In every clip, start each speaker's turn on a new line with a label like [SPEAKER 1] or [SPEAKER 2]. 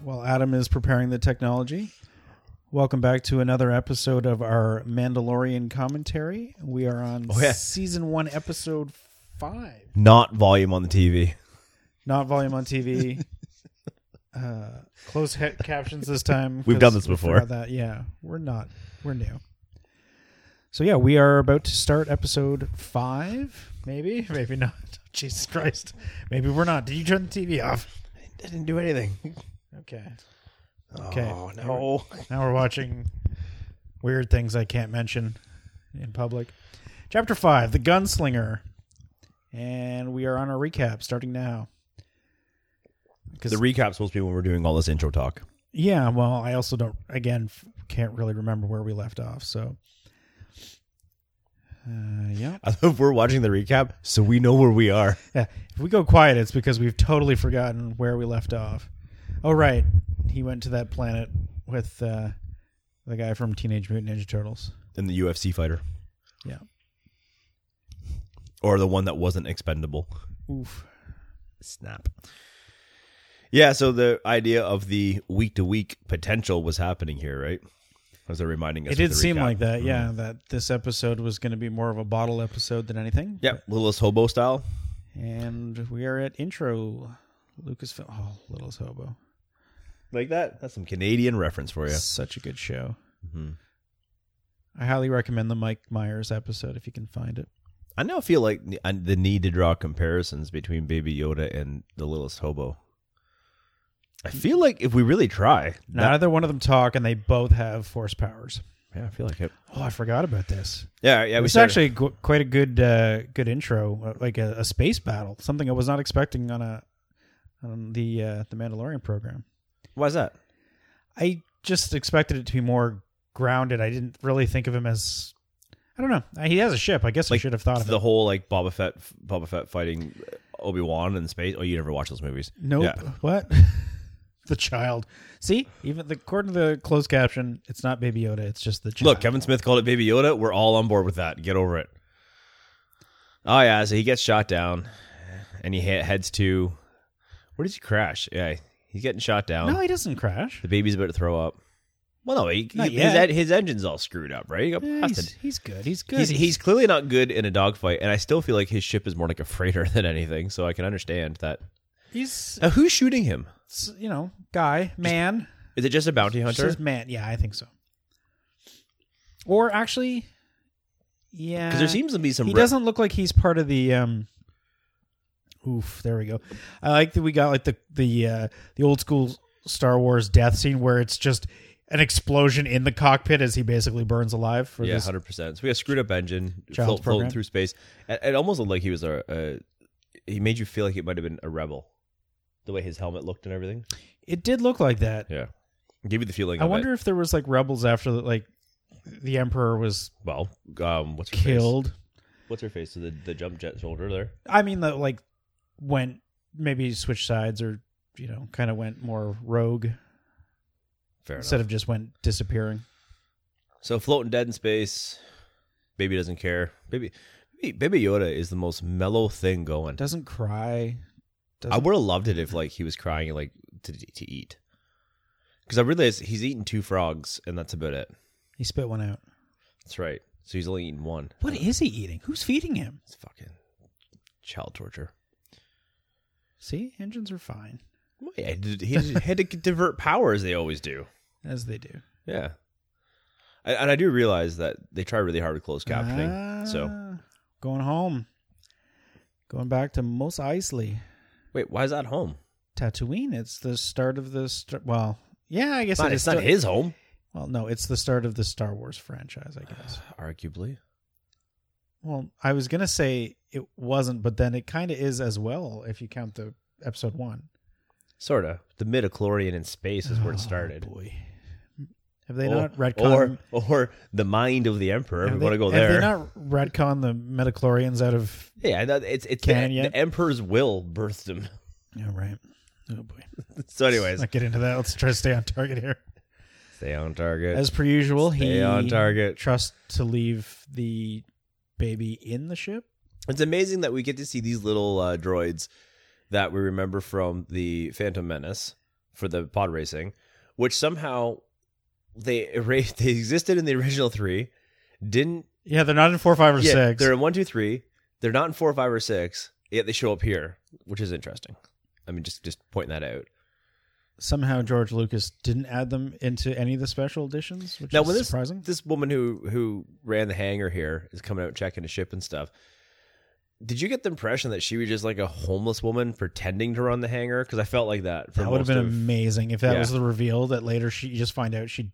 [SPEAKER 1] While Adam is preparing the technology, welcome back to another episode of our Mandalorian commentary. We are on
[SPEAKER 2] Oh, yeah.
[SPEAKER 1] season one, episode five.
[SPEAKER 2] Not volume on the TV.
[SPEAKER 1] Not volume on TV. uh, closed he- captions this time.
[SPEAKER 2] We've
[SPEAKER 1] 'cause
[SPEAKER 2] done this
[SPEAKER 1] we
[SPEAKER 2] before.
[SPEAKER 1] forgot That yeah, we're not. We're new. So yeah, we are about to start episode five. Maybe, maybe not. Jesus Christ. Maybe we're not. Did you turn the TV off?
[SPEAKER 2] I didn't do anything.
[SPEAKER 1] Okay. Okay.
[SPEAKER 2] Oh, no.
[SPEAKER 1] Now we're watching weird things I can't mention in public. Chapter 5 The Gunslinger. And we are on a recap starting now.
[SPEAKER 2] The recap's supposed to be when we're doing all this intro talk.
[SPEAKER 1] Yeah, well, I also don't, again, f- can't really remember where we left off. So, uh, yeah.
[SPEAKER 2] I love we're watching the recap, so we know where we are.
[SPEAKER 1] yeah. If we go quiet, it's because we've totally forgotten where we left off. Oh, right. He went to that planet with uh, the guy from Teenage Mutant Ninja Turtles.
[SPEAKER 2] In the UFC fighter.
[SPEAKER 1] Yeah.
[SPEAKER 2] Or the one that wasn't expendable.
[SPEAKER 1] Oof.
[SPEAKER 2] Snap. Yeah, so the idea of the week to week potential was happening here, right? As they're reminding
[SPEAKER 1] It
[SPEAKER 2] us. with
[SPEAKER 1] did
[SPEAKER 2] the
[SPEAKER 1] seem
[SPEAKER 2] recap. Mm-hmm.
[SPEAKER 1] like that, yeah. That this episode was going to be more of a bottle episode than anything.
[SPEAKER 2] Yeah, Littlest Hobo style.
[SPEAKER 1] And we are at intro, Lucasfilm. Oh, Little's Hobo,
[SPEAKER 2] Like that? That's some Canadian reference for you.
[SPEAKER 1] such a good show.
[SPEAKER 2] Mhm.
[SPEAKER 1] I highly recommend the Mike Myers episode if you can find it.
[SPEAKER 2] I now feel like the- I- the need to draw comparisons between Baby Yoda and the Littlest Hobo. I feel like if we really try, that-
[SPEAKER 1] Neither one of them talk, and they both have force powers.
[SPEAKER 2] yeah, I feel like it.
[SPEAKER 1] Oh, I forgot about this.
[SPEAKER 2] Yeah, yeah,
[SPEAKER 1] It
[SPEAKER 2] we
[SPEAKER 1] was
[SPEAKER 2] started-
[SPEAKER 1] actually gu- quite a good, uh, good intro, uh, like a, a space battle, something I was not expecting on a on the uh, the Mandalorian program.
[SPEAKER 2] Why's that?
[SPEAKER 1] I just expected it to be more grounded. I didn't really think of him as I don't know. He has a ship. I guess I
[SPEAKER 2] Like,
[SPEAKER 1] should have thought of
[SPEAKER 2] The
[SPEAKER 1] it.
[SPEAKER 2] whole like Boba Fett, Boba Fett fighting Obi Wan in space. Oh, you never watched those movies?
[SPEAKER 1] Nope.
[SPEAKER 2] Yeah.
[SPEAKER 1] What? the child. See, even the, according to the closed caption, it's not Baby Yoda. It's just the child.
[SPEAKER 2] Look, Kevin Smith called it Baby Yoda. We're all on board with that. Get over it. Oh yeah, so he gets shot down, and he he- heads to where does he crash? Yeah, he's getting shot down.
[SPEAKER 1] no, he doesn't crash.
[SPEAKER 2] The baby's about to throw up. Well, no, he,
[SPEAKER 1] Not
[SPEAKER 2] he- his,
[SPEAKER 1] yet.
[SPEAKER 2] en- his engine's all screwed up, right? He got
[SPEAKER 1] Yeah,
[SPEAKER 2] blasted.
[SPEAKER 1] he's, he's good. He's good.
[SPEAKER 2] He's, he's clearly not good in a dogfight, and I still feel like his ship is more like a freighter than anything, so I can understand that.
[SPEAKER 1] he's
[SPEAKER 2] Now, who's shooting him?
[SPEAKER 1] s- you know guy man.
[SPEAKER 2] Is it just a bounty
[SPEAKER 1] Just
[SPEAKER 2] hunter?
[SPEAKER 1] says man. Yeah, I think so. Or actually, yeah.
[SPEAKER 2] Because there seems to be some.
[SPEAKER 1] he
[SPEAKER 2] re-
[SPEAKER 1] doesn't look like he's part of the um oof there we go i like that we got like the the uh the old school star wars death scene where it's just an explosion in the cockpit as he basically burns alive for
[SPEAKER 2] Yeah,
[SPEAKER 1] this
[SPEAKER 2] hundred percent. So we got a screwed up engine
[SPEAKER 1] Child's
[SPEAKER 2] float, floating
[SPEAKER 1] program.
[SPEAKER 2] through space. It, it almost looked like he was a. a he made you feel like it might have been a rebel, the way his helmet looked and everything.
[SPEAKER 1] it did look like that
[SPEAKER 2] Yeah, give you the feeling.
[SPEAKER 1] i
[SPEAKER 2] of it.
[SPEAKER 1] wonder if there was like rebels after that like the emperor was
[SPEAKER 2] Well, um, what's her face?
[SPEAKER 1] killed
[SPEAKER 2] What's her face? So the the jump jet soldier there.
[SPEAKER 1] i mean that like went maybe switched sides or you know kind of went more rogue
[SPEAKER 2] Fair enough.
[SPEAKER 1] instead of just went disappearing
[SPEAKER 2] So floating dead in space, baby doesn't care. Baby, baby, baby Yoda is the most mellow thing going.
[SPEAKER 1] doesn't cry
[SPEAKER 2] I
[SPEAKER 1] doesn't
[SPEAKER 2] would have loved it if like he was crying like to to eat, because I realized he's eaten two frogs and that's about it.
[SPEAKER 1] he spit one out
[SPEAKER 2] That's right. So he's only eaten one.
[SPEAKER 1] What is he eating? Who's feeding him?
[SPEAKER 2] It's fucking child torture.
[SPEAKER 1] See, engines are fine
[SPEAKER 2] Well, yeah, he did- he did- had to divert power as they always do.
[SPEAKER 1] as they do.
[SPEAKER 2] Yeah, I, and I do realize that they try really hard with closed captioning. so
[SPEAKER 1] Ah, going home, going back to Mos Eisley,
[SPEAKER 2] wait, why is that home?
[SPEAKER 1] Tatooine. It's the start of the st- well, yeah, I guess
[SPEAKER 2] It's not,
[SPEAKER 1] it is
[SPEAKER 2] it's not
[SPEAKER 1] sta-
[SPEAKER 2] his home,
[SPEAKER 1] Well, no, it's the start of the Star Wars franchise, I guess.
[SPEAKER 2] arguably.
[SPEAKER 1] Well, I was gonna say it wasn't, but then it kind of is as well if you count the episode one.
[SPEAKER 2] Sort of. The midichlorian in space is where it started.
[SPEAKER 1] Oh, boy, have they
[SPEAKER 2] or,
[SPEAKER 1] not retcon?
[SPEAKER 2] or, or the mind of the emperor.
[SPEAKER 1] have
[SPEAKER 2] We
[SPEAKER 1] they-
[SPEAKER 2] want to go
[SPEAKER 1] have
[SPEAKER 2] there.
[SPEAKER 1] they not retcon the Metachlorians out of
[SPEAKER 2] yeah, that, it's it's
[SPEAKER 1] Canon
[SPEAKER 2] the,
[SPEAKER 1] yet?
[SPEAKER 2] the emperor's will birthed him.
[SPEAKER 1] Yeah, right. Oh boy.
[SPEAKER 2] so, anyways,
[SPEAKER 1] Let's not get into that. Let's try to stay on target here.
[SPEAKER 2] stay on target.
[SPEAKER 1] As per usual,
[SPEAKER 2] Stay
[SPEAKER 1] he
[SPEAKER 2] on target.
[SPEAKER 1] trusts to leave the baby in the ship.
[SPEAKER 2] it's amazing that we get to see these little uh, droids that we remember from the Phantom Menace for the pod racing, which somehow they erased. They existed in the original three, didn't
[SPEAKER 1] Yeah, they're not in four, five, or
[SPEAKER 2] yeah,
[SPEAKER 1] six.
[SPEAKER 2] They're in one, two, three. They're not in four, five, or six. Yet they show up here, which is interesting. I mean, just just pointing that out.
[SPEAKER 1] Somehow George Lucas didn't add them into any of the special editions, which
[SPEAKER 2] Now,
[SPEAKER 1] is
[SPEAKER 2] when this-
[SPEAKER 1] surprising.
[SPEAKER 2] This woman who who ran the hangar here is coming out checking a ship and stuff. Did you get the impression that she was just like a homeless woman pretending to run the hangar? Because I felt like that. For
[SPEAKER 1] That would have
[SPEAKER 2] most
[SPEAKER 1] been
[SPEAKER 2] of-
[SPEAKER 1] amazing if that
[SPEAKER 2] Yeah.
[SPEAKER 1] was the reveal that later she you just find out she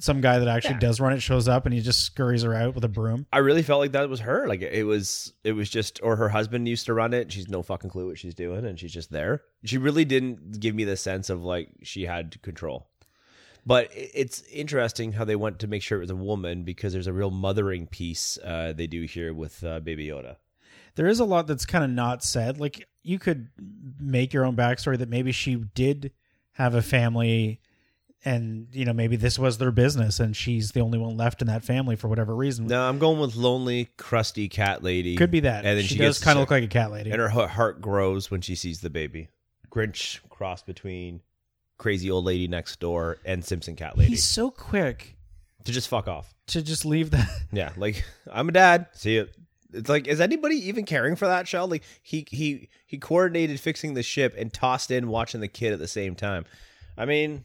[SPEAKER 1] some guy that actually
[SPEAKER 2] Yeah.
[SPEAKER 1] does run it shows up and he just scurries her out with a broom.
[SPEAKER 2] I really felt like that was her. Like it was, it was just, or her husband used to run it. She's no fucking clue what she's doing, and she's just there. She really didn't give me the sense of like she had control. But i- it's interesting how they went to make sure it was a woman because there's a real mothering piece uh, they do here with uh, Baby Yoda.
[SPEAKER 1] There is a lot that's kind of not said. Like you could make your own backstory that maybe she did have a family and you know maybe this was their business and she's the only one left in that family for whatever reason.
[SPEAKER 2] No, I'm going with lonely, crusty cat lady.
[SPEAKER 1] Could be that.
[SPEAKER 2] And then
[SPEAKER 1] she,
[SPEAKER 2] she
[SPEAKER 1] does
[SPEAKER 2] gets
[SPEAKER 1] kind of look
[SPEAKER 2] sick.
[SPEAKER 1] like a cat lady.
[SPEAKER 2] and her he- heart grows when she sees the baby. Grinch cross between crazy old lady next door and Simpson cat lady
[SPEAKER 1] He's so quick
[SPEAKER 2] to just fuck off.
[SPEAKER 1] to just leave that.
[SPEAKER 2] Yeah, like I'm a dad. See it. It's like, is anybody even caring for that child? Like he he he coordinated fixing the ship and tossed in watching the kid at the same time. I mean,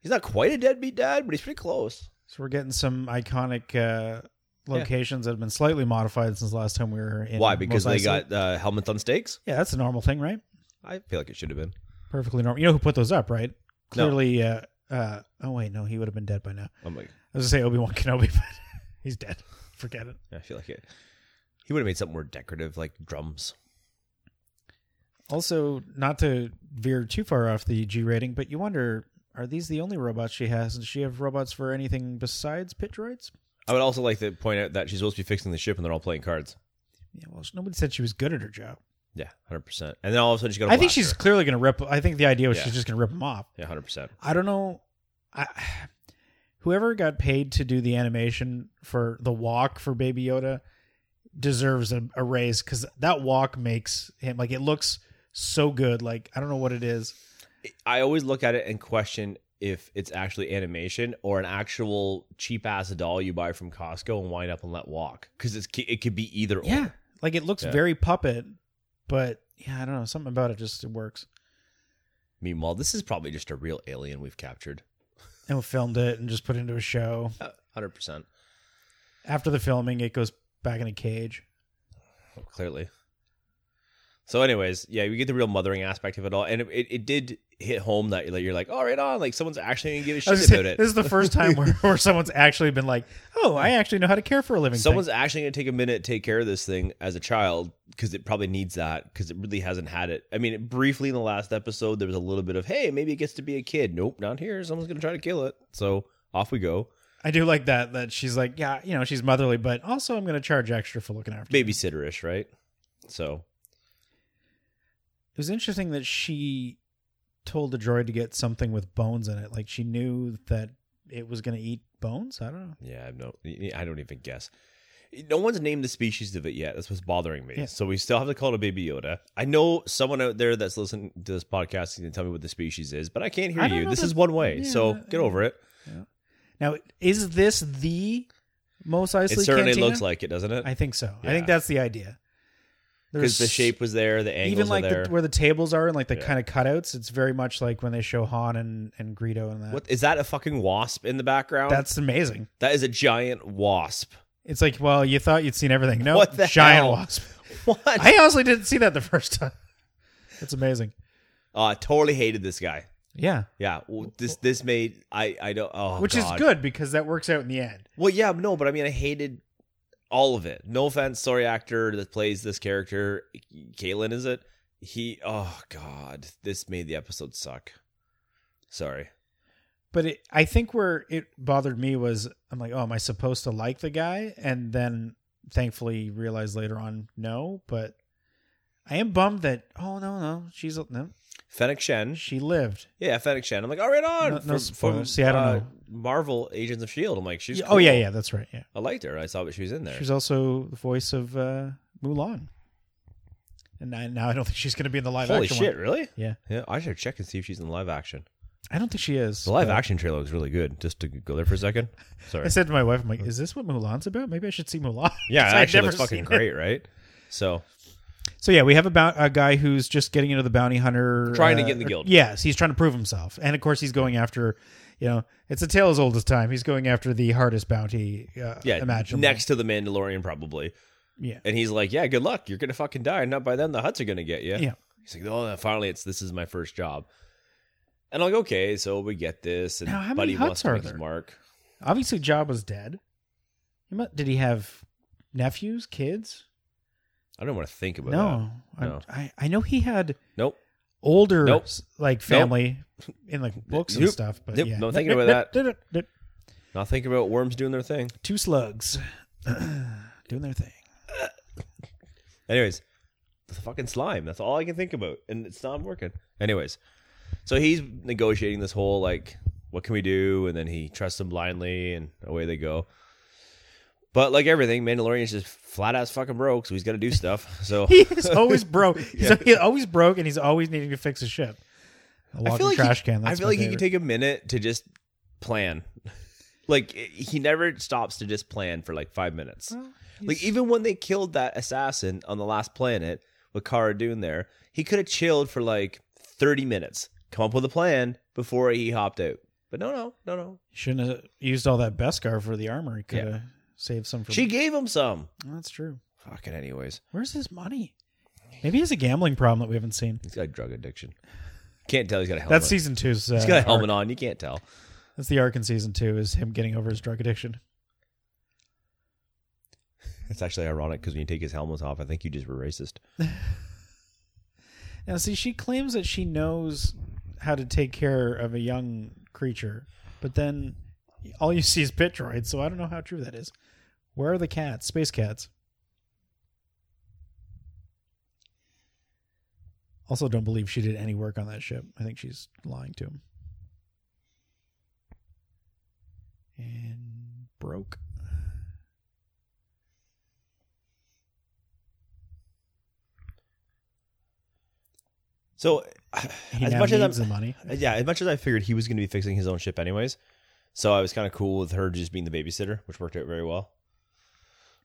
[SPEAKER 2] he's not quite a deadbeat dad, but he's pretty close.
[SPEAKER 1] So we're getting some iconic uh, locations that have been slightly modified since the last time we were in.
[SPEAKER 2] Why? Because
[SPEAKER 1] Mos
[SPEAKER 2] they
[SPEAKER 1] Eisley?
[SPEAKER 2] got uh, helmets on stakes.
[SPEAKER 1] yeah, that's a normal thing, right?
[SPEAKER 2] I feel like it should have been.
[SPEAKER 1] Perfectly normal. You know who put those up, right?
[SPEAKER 2] No.
[SPEAKER 1] Clearly. Uh, uh, oh wait, no, he would have been dead by now.
[SPEAKER 2] I'm like,
[SPEAKER 1] I was gonna say Obi Wan Kenobi, but he's dead. Forget it.
[SPEAKER 2] I feel like it. He would have made something more decorative, like drums.
[SPEAKER 1] Also, not to veer too far off the G rating, but you wonder. Are these the only robots she has? Does she have robots for anything besides pit droids?
[SPEAKER 2] I would also like to point out that she's supposed to be fixing the ship, and they're all playing cards.
[SPEAKER 1] Yeah, well, nobody said she was good at her job.
[SPEAKER 2] Yeah, hundred percent. And then all of a sudden, she's got. a
[SPEAKER 1] I think
[SPEAKER 2] blaster.
[SPEAKER 1] she's clearly going to rip. I think the idea was
[SPEAKER 2] Yeah.
[SPEAKER 1] she's just going to rip them off.
[SPEAKER 2] Yeah, hundred percent.
[SPEAKER 1] I don't know. I, whoever got paid to do the animation for the walk for Baby Yoda deserves a, a raise because that walk makes him like it looks so good. Like I don't know what it is.
[SPEAKER 2] I always look at it and question if it's actually animation or an actual cheap ass doll you buy from Costco and wind up and let walk because it's it could be either.
[SPEAKER 1] Yeah,
[SPEAKER 2] or.
[SPEAKER 1] like it looks
[SPEAKER 2] Yeah.
[SPEAKER 1] very puppet, but yeah, I don't know. Something about it just it works.
[SPEAKER 2] Meanwhile, this is probably just a real alien we've captured. Uh,
[SPEAKER 1] And we filmed it and just put it into a show.
[SPEAKER 2] Hundred percent,
[SPEAKER 1] After the filming, it goes back in a cage.
[SPEAKER 2] clearly. So, anyways, yeah, we get the real mothering aspect of it all, and it, it, it did hit home that like, you're like, all right, on, like someone's actually gonna give a
[SPEAKER 1] I
[SPEAKER 2] shit
[SPEAKER 1] was
[SPEAKER 2] about
[SPEAKER 1] gonna say,
[SPEAKER 2] it.
[SPEAKER 1] This is the first time where, where someone's actually been like, "Oh, I actually know how to care for a living."
[SPEAKER 2] Someone's actually going to take a minute to take care of this thing as a child because it probably needs that because it really hasn't had it. I mean, it, briefly in the last episode, there was a little bit of, hey, maybe it gets to be a kid. Nope, not here. Someone's going to try to kill it. So off we go.
[SPEAKER 1] I do like that that she's like, yeah, you know, she's motherly, but also I'm going to charge extra for looking after. you."
[SPEAKER 2] Babysitterish, right? So,
[SPEAKER 1] It was interesting that she told the droid to get something with bones in it. Like she knew that it was going to eat bones. I don't know.
[SPEAKER 2] yeah, I don't, I don't even guess. No one's named the species of it yet. That's what's bothering me.
[SPEAKER 1] Yeah.
[SPEAKER 2] So we still have to call it a baby Yoda. I know someone out there that's listening to this podcast can tell me what the species is, but I can't hear
[SPEAKER 1] I don't
[SPEAKER 2] you.
[SPEAKER 1] know
[SPEAKER 2] This
[SPEAKER 1] the-
[SPEAKER 2] is one way.
[SPEAKER 1] yeah,
[SPEAKER 2] so
[SPEAKER 1] that-
[SPEAKER 2] get over it.
[SPEAKER 1] Now, is this the Mos Eisley?
[SPEAKER 2] It certainly
[SPEAKER 1] cantina?
[SPEAKER 2] looks like it, doesn't it?
[SPEAKER 1] I think so. I
[SPEAKER 2] Yeah.
[SPEAKER 1] think that's the idea.
[SPEAKER 2] because the shape was there, the angles
[SPEAKER 1] even like
[SPEAKER 2] are there.
[SPEAKER 1] The, where the tables are and like the
[SPEAKER 2] Yeah.
[SPEAKER 1] kind of cutouts. It's very much like when they show Han and and Greedo and that.
[SPEAKER 2] what is that? A fucking wasp in the background?
[SPEAKER 1] That's amazing.
[SPEAKER 2] that is a giant wasp.
[SPEAKER 1] It's like, well, you thought you'd seen everything. No,
[SPEAKER 2] What the
[SPEAKER 1] giant
[SPEAKER 2] hell?
[SPEAKER 1] wasp.
[SPEAKER 2] What? I
[SPEAKER 1] I honestly didn't see that the first time. That's amazing.
[SPEAKER 2] uh, totally hated this guy.
[SPEAKER 1] Yeah,
[SPEAKER 2] Yeah, well, this this made I I don't. Oh,
[SPEAKER 1] which
[SPEAKER 2] God.
[SPEAKER 1] is good because that works out in the end.
[SPEAKER 2] Well, yeah, no, but I mean, I hated all of it. No offense, sorry, actor that plays this character, Kalen, is it? He. Oh God, this made the episode suck. Sorry.
[SPEAKER 1] But it, I think where it bothered me was I'm like, oh, am I supposed to like the guy? And then thankfully realized later on, no. But I am bummed that oh no no she's no
[SPEAKER 2] Fennec Shen.
[SPEAKER 1] she lived.
[SPEAKER 2] Yeah, Fennec Shen. I'm like, all right, on. uh,
[SPEAKER 1] No- no spoilers. See, I don't know.
[SPEAKER 2] Marvel Agents of S.H.I.E.L.D. E I'm like, she's.
[SPEAKER 1] Yeah, Oh yeah
[SPEAKER 2] cool.
[SPEAKER 1] yeah that's right yeah.
[SPEAKER 2] I liked her. I saw that she was in there.
[SPEAKER 1] She was also the voice of uh, Mulan and I, now I don't think she's going to be in the live
[SPEAKER 2] Holy
[SPEAKER 1] action.
[SPEAKER 2] shit,
[SPEAKER 1] One.
[SPEAKER 2] really?
[SPEAKER 1] Yeah,
[SPEAKER 2] Yeah, I should check and see if she's in live action.
[SPEAKER 1] I don't think she is.
[SPEAKER 2] The live
[SPEAKER 1] but-
[SPEAKER 2] action trailer looks really good. Just to go there for a second.
[SPEAKER 1] I
[SPEAKER 2] Sorry.
[SPEAKER 1] said to my wife, "I'm like, is this what Mulan's about? Maybe I should see Mulan."
[SPEAKER 2] Yeah, it
[SPEAKER 1] I'd
[SPEAKER 2] actually
[SPEAKER 1] never
[SPEAKER 2] looks
[SPEAKER 1] seen
[SPEAKER 2] fucking
[SPEAKER 1] it.
[SPEAKER 2] great, right? So
[SPEAKER 1] So yeah, we have about a guy who's just getting into the bounty hunter,
[SPEAKER 2] Trying to
[SPEAKER 1] uh,
[SPEAKER 2] get in the guild.
[SPEAKER 1] Yes, he's trying to prove himself, and of course he's going after, you know, it's a tale as old as time. He's going after the hardest bounty uh,
[SPEAKER 2] yeah,
[SPEAKER 1] imaginable.
[SPEAKER 2] next to the Mandalorian probably.
[SPEAKER 1] yeah,
[SPEAKER 2] And he's like, "Yeah, good luck. You're gonna fucking die, and not by then the huts are gonna get you."
[SPEAKER 1] Yeah.
[SPEAKER 2] He's like, "Oh, finally, it's this is my first job." And I'm like, "Okay, so we get this." And
[SPEAKER 1] Now, how many
[SPEAKER 2] Buddy
[SPEAKER 1] huts
[SPEAKER 2] wants to
[SPEAKER 1] are
[SPEAKER 2] make his
[SPEAKER 1] there?
[SPEAKER 2] mark.
[SPEAKER 1] obviously Jabba's dead. He mu- Did he have nephews, kids?
[SPEAKER 2] I don't want to think about that.
[SPEAKER 1] no, I'm-
[SPEAKER 2] Uh, No.
[SPEAKER 1] I, I know he had
[SPEAKER 2] Nope.
[SPEAKER 1] older
[SPEAKER 2] Nope.
[SPEAKER 1] s- like family in like books and
[SPEAKER 2] Nope.
[SPEAKER 1] stuff, but
[SPEAKER 2] Nope.
[SPEAKER 1] yeah,
[SPEAKER 2] Don't think about
[SPEAKER 1] that.
[SPEAKER 2] Not thinking about worms doing their thing.
[SPEAKER 1] Two slugs doing their thing.
[SPEAKER 2] Anyways, the fucking slime. That's all I can think about, and it's not working. Anyways, so he's negotiating this whole like, what can we do? And then he trusts them blindly, and away they go. But like everything, Mandalorian's just flat ass fucking broke, so he's got to do stuff. So
[SPEAKER 1] he is always broke. He's, he's always broke, and he's always needing to fix his ship. A
[SPEAKER 2] I
[SPEAKER 1] walking
[SPEAKER 2] feel like
[SPEAKER 1] trash
[SPEAKER 2] he,
[SPEAKER 1] can.
[SPEAKER 2] I
[SPEAKER 1] That's
[SPEAKER 2] feel like he could take a minute to just plan. Like he never stops to just plan for like five minutes. Like even when they killed that assassin on the last planet with Cara Dune there, he could have chilled for like thirty minutes, come up with a plan before he hopped out. But no, no, no, no.
[SPEAKER 1] shouldn't have used all that Beskar for the armor. He could have saved some for. Oh,
[SPEAKER 2] She gave him some.
[SPEAKER 1] that's true.
[SPEAKER 2] Fucking anyways,
[SPEAKER 1] Where's his money? Maybe he has a gambling problem that we haven't seen.
[SPEAKER 2] he's got drug addiction. Can't tell he's got a helmet.
[SPEAKER 1] That's season two's. Uh,
[SPEAKER 2] he's got a helmet
[SPEAKER 1] arc.
[SPEAKER 2] on. You can't tell.
[SPEAKER 1] That's the arc in season two is him getting over his drug addiction.
[SPEAKER 2] It's actually ironic because when you take his helmet off, I think you just were racist.
[SPEAKER 1] Now, see, she claims that she knows how to take care of a young creature, but then all you see is pit droids. So I don't know how true that is. Where are the cats? Space cats. Also, don't believe she did any work on that ship. I think she's lying to him. And broke.
[SPEAKER 2] So,
[SPEAKER 1] He
[SPEAKER 2] as
[SPEAKER 1] now
[SPEAKER 2] much as I'm,
[SPEAKER 1] needs the money.
[SPEAKER 2] yeah, as much as I figured he was going to be fixing his own ship anyways, so I was kind of cool with her just being the babysitter, which worked out very well.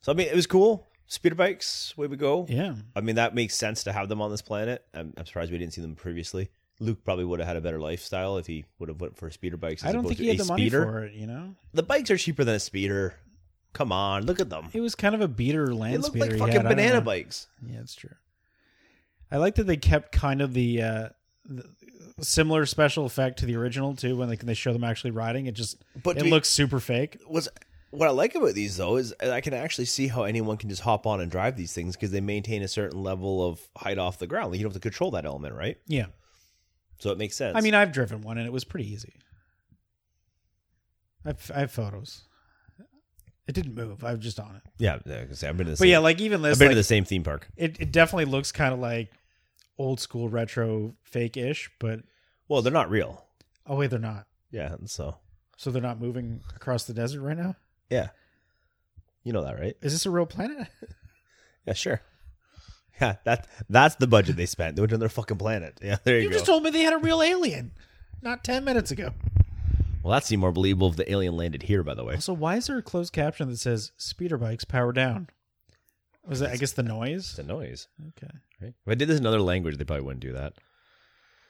[SPEAKER 2] So I mean, it was cool. Speeder bikes, way we go.
[SPEAKER 1] Yeah.
[SPEAKER 2] I mean, that makes sense to have them on this planet. I'm, I'm surprised we didn't see them previously. Luke probably would have had a better lifestyle if he would have went for speeder bikes. As
[SPEAKER 1] I don't think
[SPEAKER 2] opposed to
[SPEAKER 1] he had
[SPEAKER 2] a
[SPEAKER 1] the money
[SPEAKER 2] speeder.
[SPEAKER 1] for it, you know?
[SPEAKER 2] The bikes are cheaper than a speeder. Come on, look at them.
[SPEAKER 1] It was kind of a beater
[SPEAKER 2] They
[SPEAKER 1] land
[SPEAKER 2] look
[SPEAKER 1] speeder.
[SPEAKER 2] like
[SPEAKER 1] he
[SPEAKER 2] fucking
[SPEAKER 1] had. uh, I don't
[SPEAKER 2] banana
[SPEAKER 1] know.
[SPEAKER 2] bikes.
[SPEAKER 1] Yeah, it's true. I like that they kept kind of the, uh, the similar special effect to the original too. When like they show them actually riding, it just
[SPEAKER 2] But
[SPEAKER 1] it
[SPEAKER 2] do you-
[SPEAKER 1] looks super fake.
[SPEAKER 2] what's what I like about these though is I can actually see how anyone can just hop on and drive these things because they maintain a certain level of height off the ground. Like, you don't have to control that element, right?
[SPEAKER 1] Yeah,
[SPEAKER 2] So it makes sense.
[SPEAKER 1] I mean, I've driven one and it was pretty easy. I've I have photos. It didn't move. I was just on it.
[SPEAKER 2] yeah, yeah, 'cause I've been to the
[SPEAKER 1] But
[SPEAKER 2] same,
[SPEAKER 1] yeah, like even
[SPEAKER 2] I've
[SPEAKER 1] this,
[SPEAKER 2] been
[SPEAKER 1] like,
[SPEAKER 2] to the same theme park.
[SPEAKER 1] it it definitely looks kind of like old school retro fake ish. But
[SPEAKER 2] Well, they're not real.
[SPEAKER 1] oh wait, they're not.
[SPEAKER 2] Yeah, and so
[SPEAKER 1] So they're not moving across the desert right now.
[SPEAKER 2] yeah, you know that, right?
[SPEAKER 1] Is this a real planet?
[SPEAKER 2] Yeah, sure. Yeah, that that's the budget they spent. They went to their fucking planet. Yeah, there you,
[SPEAKER 1] You
[SPEAKER 2] go.
[SPEAKER 1] just told me they had a real alien, not ten minutes ago.
[SPEAKER 2] well, that seemed more believable if the alien landed here. By the way,
[SPEAKER 1] Also, why is there a closed caption that says "speeder bikes power down"? Was that I guess the noise?
[SPEAKER 2] it's a noise.
[SPEAKER 1] Okay.
[SPEAKER 2] Right? If I did this in another language, they probably wouldn't do that.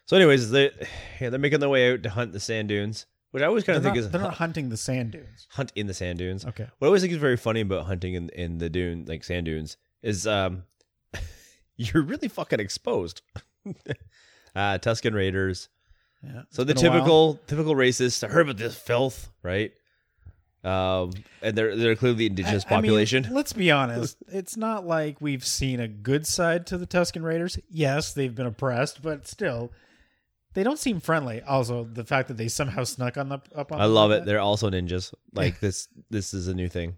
[SPEAKER 2] So, anyways, they yeah, they're making their way out to hunt the sand dunes, which I always kind
[SPEAKER 1] They're
[SPEAKER 2] of
[SPEAKER 1] not,
[SPEAKER 2] think is
[SPEAKER 1] they're not
[SPEAKER 2] hu-
[SPEAKER 1] hunting the sand dunes.
[SPEAKER 2] hunt in the sand dunes.
[SPEAKER 1] Okay.
[SPEAKER 2] What I always think is very funny about hunting in in the dune, like sand dunes, is um, you're really fucking exposed. uh, Tuscan Raiders.
[SPEAKER 1] Yeah.
[SPEAKER 2] So
[SPEAKER 1] It's
[SPEAKER 2] the
[SPEAKER 1] been a while.
[SPEAKER 2] typical typical racists. I heard about this filth, right? Um, and they're they're clearly the indigenous
[SPEAKER 1] I- I mean,
[SPEAKER 2] population.
[SPEAKER 1] let's be honest. It's not like we've seen a good side to the Tuscan Raiders. Yes, they've been oppressed, but still, they don't seem friendly. Also, the fact that they somehow snuck on the up on.
[SPEAKER 2] I
[SPEAKER 1] them
[SPEAKER 2] love
[SPEAKER 1] like
[SPEAKER 2] it.
[SPEAKER 1] that.
[SPEAKER 2] They're also ninjas. Like this, this is a new thing.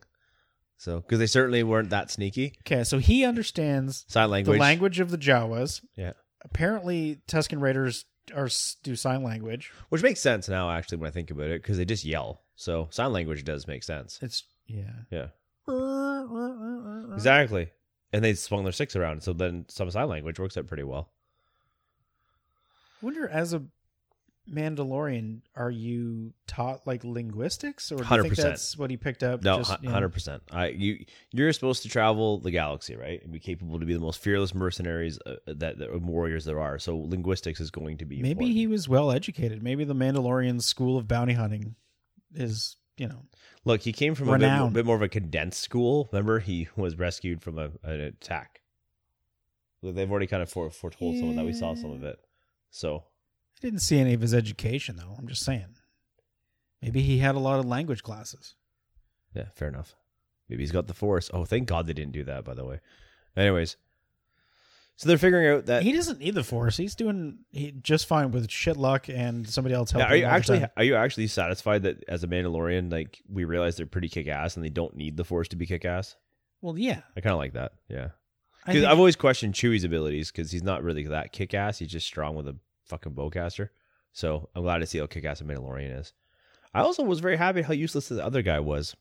[SPEAKER 2] So, because they certainly weren't that sneaky.
[SPEAKER 1] Okay, so he understands
[SPEAKER 2] Sign language.
[SPEAKER 1] the language of the Jawas.
[SPEAKER 2] Yeah.
[SPEAKER 1] Apparently, Tuscan Raiders are s- do sign language.
[SPEAKER 2] Which makes sense now, actually, when I think about it, because they just yell. So, sign language does make sense.
[SPEAKER 1] It's yeah.
[SPEAKER 2] Yeah.
[SPEAKER 1] Exactly.
[SPEAKER 2] Exactly. and they swung their sticks around. So then some sign language works out pretty well.
[SPEAKER 1] I wonder as a Mandalorian, are you taught like linguistics, or do you think
[SPEAKER 2] 100%.
[SPEAKER 1] that's what he picked up?
[SPEAKER 2] No,
[SPEAKER 1] just, you know?
[SPEAKER 2] hundred percent. I you you're supposed to travel the galaxy, right, and be capable to be the most fearless mercenaries uh, that, that warriors there are. So linguistics is going to be
[SPEAKER 1] Maybe
[SPEAKER 2] important.
[SPEAKER 1] he was well educated. Maybe the Mandalorian school of bounty hunting is, you know,
[SPEAKER 2] Look, he came from a bit, more,
[SPEAKER 1] Renowned.
[SPEAKER 2] bit more of a condensed school. Remember, he was rescued from a, an attack. They've already kind of fore, foretold some of that. We saw some of it. So
[SPEAKER 1] I didn't see any of his education though. I'm just saying. Maybe he had a lot of language classes.
[SPEAKER 2] yeah, fair enough. Maybe he's got the force. Oh, thank God they didn't do that. By the way, anyways. So they're figuring out that
[SPEAKER 1] He doesn't need the force. He's doing he, just fine with shit luck and somebody else helping.
[SPEAKER 2] Yeah, are you
[SPEAKER 1] him all the
[SPEAKER 2] actually
[SPEAKER 1] time.
[SPEAKER 2] are you actually satisfied that as a Mandalorian, like we realize they're pretty kick ass and they don't need the Force to be kick ass?
[SPEAKER 1] Well, yeah.
[SPEAKER 2] I kind of like that. Yeah,
[SPEAKER 1] I
[SPEAKER 2] because
[SPEAKER 1] think-
[SPEAKER 2] I've always questioned Chewie's abilities because he's not really that kick ass. He's just strong with a fucking bowcaster. So I'm glad to see how kick ass a Mandalorian is. I also was very happy how useless the other guy was.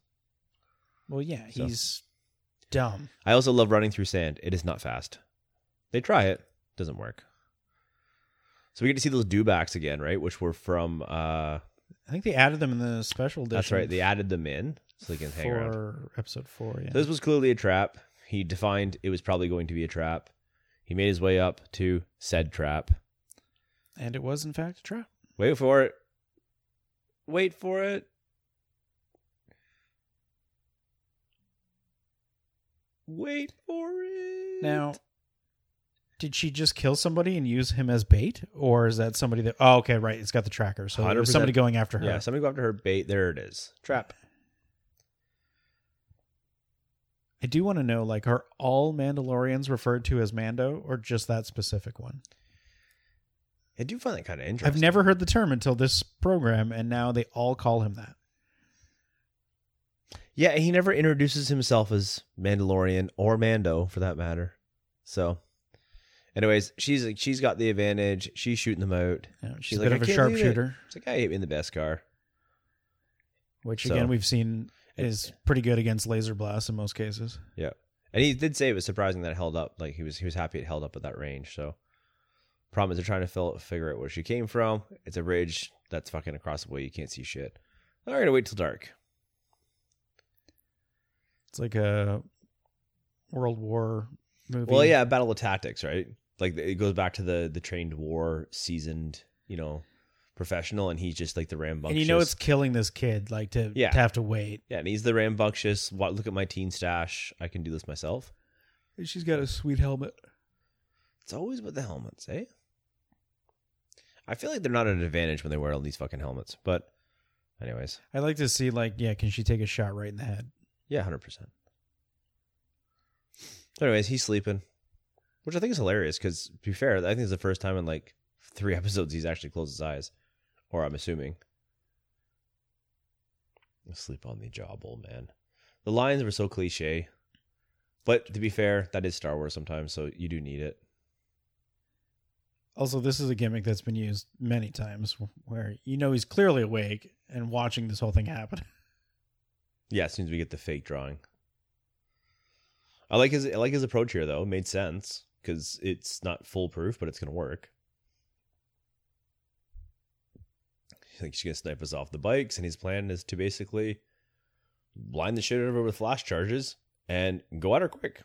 [SPEAKER 1] well, yeah.
[SPEAKER 2] So.
[SPEAKER 1] He's dumb.
[SPEAKER 2] I also love running through sand. It is not fast. They try it, doesn't work. So we get to see those dewbacks again, right? Which were from uh
[SPEAKER 1] I think they added them in the special edition.
[SPEAKER 2] that's right. They added them in so they can hang around.
[SPEAKER 1] for episode four. Yeah.
[SPEAKER 2] So this was clearly a trap. He defined it was probably going to be a trap. He made his way up to said trap.
[SPEAKER 1] and it was in fact a trap.
[SPEAKER 2] Wait for it. Wait for it. Wait for it.
[SPEAKER 1] Now, did she just kill somebody and use him as bait, or is that somebody that? Oh, okay, right. It's got the tracker, so it was
[SPEAKER 2] 100%.
[SPEAKER 1] somebody going after her.
[SPEAKER 2] yeah, somebody go after her bait. There it is. Trap.
[SPEAKER 1] I do want to know, like, are all Mandalorians referred to as Mando, or just that specific one?
[SPEAKER 2] I do find that kind of interesting.
[SPEAKER 1] I've never heard the term until this program, and now they all call him that.
[SPEAKER 2] Yeah, he never introduces himself as Mandalorian or Mando for that matter. So, anyways, she's she's got the advantage. She's shooting them out.
[SPEAKER 1] You know, she's,
[SPEAKER 2] She's
[SPEAKER 1] a
[SPEAKER 2] like,
[SPEAKER 1] bit
[SPEAKER 2] "I
[SPEAKER 1] of a
[SPEAKER 2] can't believe it."
[SPEAKER 1] sharpshooter,
[SPEAKER 2] It's like I am in the best car.
[SPEAKER 1] which
[SPEAKER 2] So-
[SPEAKER 1] again we've seen is pretty good against laser blasts in most cases.
[SPEAKER 2] And he did say it was surprising that it held up. Like he was he was happy it held up at that range. So problem is they're trying to fill, figure out where she came from. It's a ridge that's fucking across the way. You can't see shit. All right, I'll wait till dark.
[SPEAKER 1] It's like a World War movie.
[SPEAKER 2] Well, yeah, battle of tactics, right? Like it goes back to the the trained war seasoned, you know, professional, and he's just like the rambunctious.
[SPEAKER 1] and you know it's killing this kid, like to,
[SPEAKER 2] Yeah.
[SPEAKER 1] to have to wait.
[SPEAKER 2] yeah, and he's the rambunctious. What, look at my teen stash. I can do this myself.
[SPEAKER 1] She's got a sweet helmet.
[SPEAKER 2] It's always about the helmets, eh? I feel like they're not at an advantage when they wear all these fucking helmets. But, anyways,
[SPEAKER 1] I like to see, like, yeah, can she take a shot right in the head?
[SPEAKER 2] yeah, hundred percent. Anyways, he's sleeping, which I think is hilarious because, to be fair, I think it's the first time in like three episodes he's actually closed his eyes, or I'm assuming. Sleep on the job, old man. The lines were so cliche, but to be fair, that is Star Wars sometimes, so you do need it.
[SPEAKER 1] Also, this is a gimmick that's been used many times where you know he's clearly awake and watching this whole thing happen.
[SPEAKER 2] Yeah, as soon as we get the fake drawing. I like his I like his approach here though. It made sense because it's not foolproof, but it's gonna work. I think she's gonna snipe us off the bikes, and his plan is to basically blind the shit out of her with flash charges and go at her quick.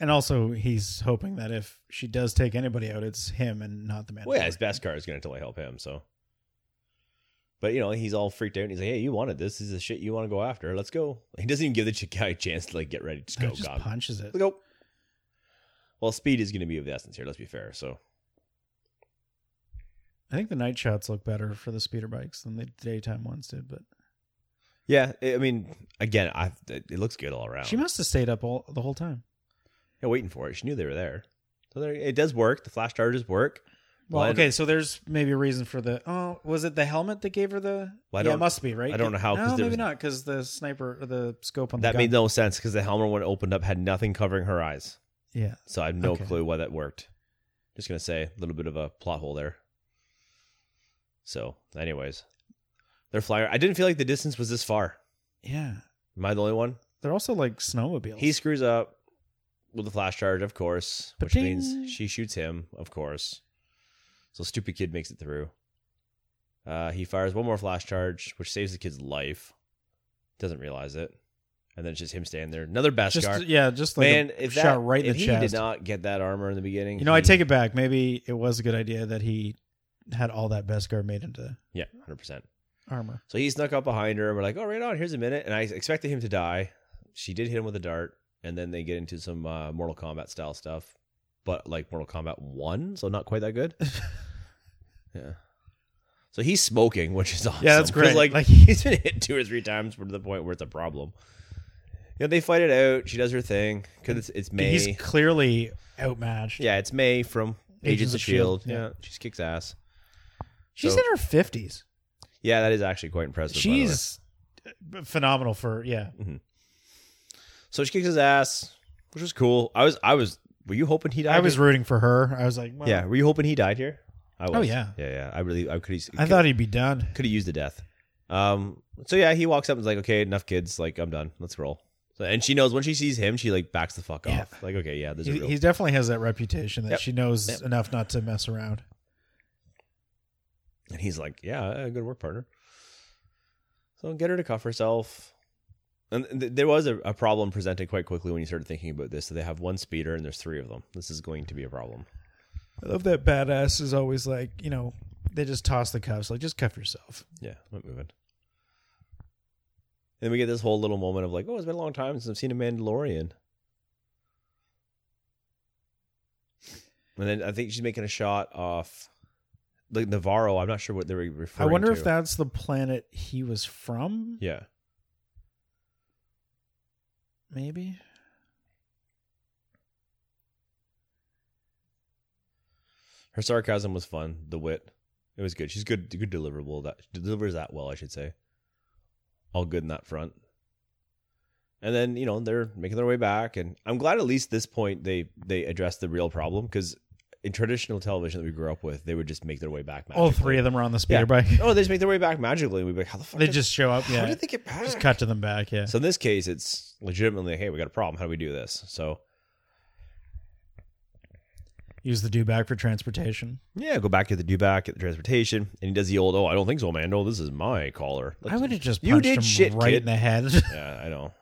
[SPEAKER 1] And also, he's hoping that if she does take anybody out, it's him and not the man.
[SPEAKER 2] Well, yeah, his best car is gonna totally help him. So, but you know he's all freaked out. and He's like, "Hey, you wanted this. This is the shit you want to go after. Let's go." He doesn't even give the guy a chance to like get ready. Just
[SPEAKER 1] No,
[SPEAKER 2] go,
[SPEAKER 1] just
[SPEAKER 2] gone.
[SPEAKER 1] punches it.
[SPEAKER 2] Let's go. Well, speed is going to be of the essence here. Let's be fair. So
[SPEAKER 1] I think the night shots look better for the speeder bikes than the daytime ones did, but
[SPEAKER 2] yeah, I I mean, again, I it it looks good all around.
[SPEAKER 1] she must have stayed up all the whole time.
[SPEAKER 2] yeah, waiting for it. She knew they were there. So there, it does work. The flash charges work.
[SPEAKER 1] Well,
[SPEAKER 2] Well, I
[SPEAKER 1] okay, so there's maybe a reason for the. Oh, was it the helmet that gave her the?
[SPEAKER 2] Well,
[SPEAKER 1] yeah,
[SPEAKER 2] I
[SPEAKER 1] it
[SPEAKER 2] don't-
[SPEAKER 1] must be right.
[SPEAKER 2] I don't know how, 'cause
[SPEAKER 1] No,
[SPEAKER 2] there
[SPEAKER 1] maybe
[SPEAKER 2] was-
[SPEAKER 1] not because the sniper, or the scope on the
[SPEAKER 2] That
[SPEAKER 1] gun.
[SPEAKER 2] made no sense because the helmet when it opened up had nothing covering her eyes.
[SPEAKER 1] yeah,
[SPEAKER 2] So I have no
[SPEAKER 1] Okay.
[SPEAKER 2] clue why that worked. Just gonna say a little bit of a plot hole there. So, anyways, they're flying. I didn't feel like the distance was this far.
[SPEAKER 1] yeah.
[SPEAKER 2] Am I the only one?
[SPEAKER 1] They're also like snowmobiles.
[SPEAKER 2] He screws up. with the flash charge, of course, which
[SPEAKER 1] Pa-ting.
[SPEAKER 2] means she shoots him, of course. So stupid kid makes it through. Uh, he fires one more flash charge, which saves the kid's life. Doesn't realize it, and then it's just him standing there. Another
[SPEAKER 1] Just
[SPEAKER 2] Beskar.
[SPEAKER 1] yeah, just like
[SPEAKER 2] Man,
[SPEAKER 1] a
[SPEAKER 2] if that,
[SPEAKER 1] shot right in
[SPEAKER 2] if
[SPEAKER 1] the
[SPEAKER 2] he
[SPEAKER 1] chest.
[SPEAKER 2] did not get that armor in the beginning,
[SPEAKER 1] you know, I
[SPEAKER 2] he-
[SPEAKER 1] take it back. Maybe it was a good idea that he had all that Beskar made into
[SPEAKER 2] Yeah, hundred percent.
[SPEAKER 1] armor.
[SPEAKER 2] So he snuck up behind her, and we're like, "Oh, right on. Here's a minute." And I expected him to die. She did hit him with a dart, and then they get into some uh, Mortal Kombat style stuff, but like Mortal Kombat One, so not quite that good. yeah. So he's smoking, which is awesome.
[SPEAKER 1] Yeah, that's
[SPEAKER 2] 'cause,
[SPEAKER 1] great.
[SPEAKER 2] Like,
[SPEAKER 1] Like-
[SPEAKER 2] he's been hit two or three times to the point where it's a problem. You know, they fight it out. She does her thing because it's, it's May.
[SPEAKER 1] He's clearly outmatched.
[SPEAKER 2] yeah, it's May from Agents, of Shield.
[SPEAKER 1] E
[SPEAKER 2] Yeah. E she just kicks ass.
[SPEAKER 1] She's
[SPEAKER 2] So-
[SPEAKER 1] in her fifties.
[SPEAKER 2] Yeah, that is actually quite impressive. by the way.
[SPEAKER 1] She's phenomenal for yeah.
[SPEAKER 2] So she kicks his ass, which was cool. I was, I was. Were you hoping he died?
[SPEAKER 1] I was
[SPEAKER 2] here?
[SPEAKER 1] rooting for her. I was like, well,
[SPEAKER 2] yeah. Were you hoping he died here? I was.
[SPEAKER 1] Oh, yeah.
[SPEAKER 2] Yeah, yeah. I really, I could.
[SPEAKER 1] I thought he'd be done.
[SPEAKER 2] could have used the death. Um. So yeah, he walks up and's like, "Okay, enough kids. Like, I'm done. Let's roll." So, and she knows when she sees him, she like backs the fuck
[SPEAKER 1] Yeah.
[SPEAKER 2] off. Like, okay, yeah, there's a
[SPEAKER 1] He,
[SPEAKER 2] real.
[SPEAKER 1] he definitely has that reputation that
[SPEAKER 2] Yep.
[SPEAKER 1] she knows
[SPEAKER 2] Yep.
[SPEAKER 1] enough not to mess around.
[SPEAKER 2] and he's like, "Yeah, uh, good work, partner." So get her to cuff herself. And th- there was a, a problem presented quite quickly when you started thinking about this. So they have one speeder and there's three of them. This is going to be a problem.
[SPEAKER 1] I love that badass is always like, you know, they just toss the cuffs, like just cuff yourself.
[SPEAKER 2] Yeah, I'm not moving. Then we get this whole little moment of like, oh, it's been a long time since I've seen a Mandalorian. And then I think she's making a shot off like Navarro. I'm not sure what they were referring
[SPEAKER 1] I wonder
[SPEAKER 2] to.
[SPEAKER 1] if that's the planet he was from.
[SPEAKER 2] Yeah.
[SPEAKER 1] Maybe.
[SPEAKER 2] Her sarcasm was fun. The wit. It was good. She's good good deliverable that delivers that well, I should say. All good in that front. And then, you know, they're making their way back and I'm glad at least this point they they addressed the real problem cuz in traditional television that we grew up with, they would just make their way back magically.
[SPEAKER 1] All three of them are on the speeder
[SPEAKER 2] Yeah.
[SPEAKER 1] bike.
[SPEAKER 2] Oh, they just make their way back magically and we'd be like, how the fuck
[SPEAKER 1] They
[SPEAKER 2] did-
[SPEAKER 1] just show up.
[SPEAKER 2] How
[SPEAKER 1] Yeah.
[SPEAKER 2] did they get back?
[SPEAKER 1] Just cut to them back. Yeah.
[SPEAKER 2] So in this case, it's legitimately, hey, we got a problem. How do we do this? So
[SPEAKER 1] Use the do back for transportation.
[SPEAKER 2] yeah, go back get the do back, get the transportation, and he does the old, oh, I don't think so, man. Oh, this is my collar.
[SPEAKER 1] I would have just punched
[SPEAKER 2] You did
[SPEAKER 1] him
[SPEAKER 2] shit,
[SPEAKER 1] right
[SPEAKER 2] kid.
[SPEAKER 1] in the head.
[SPEAKER 2] Yeah, I know.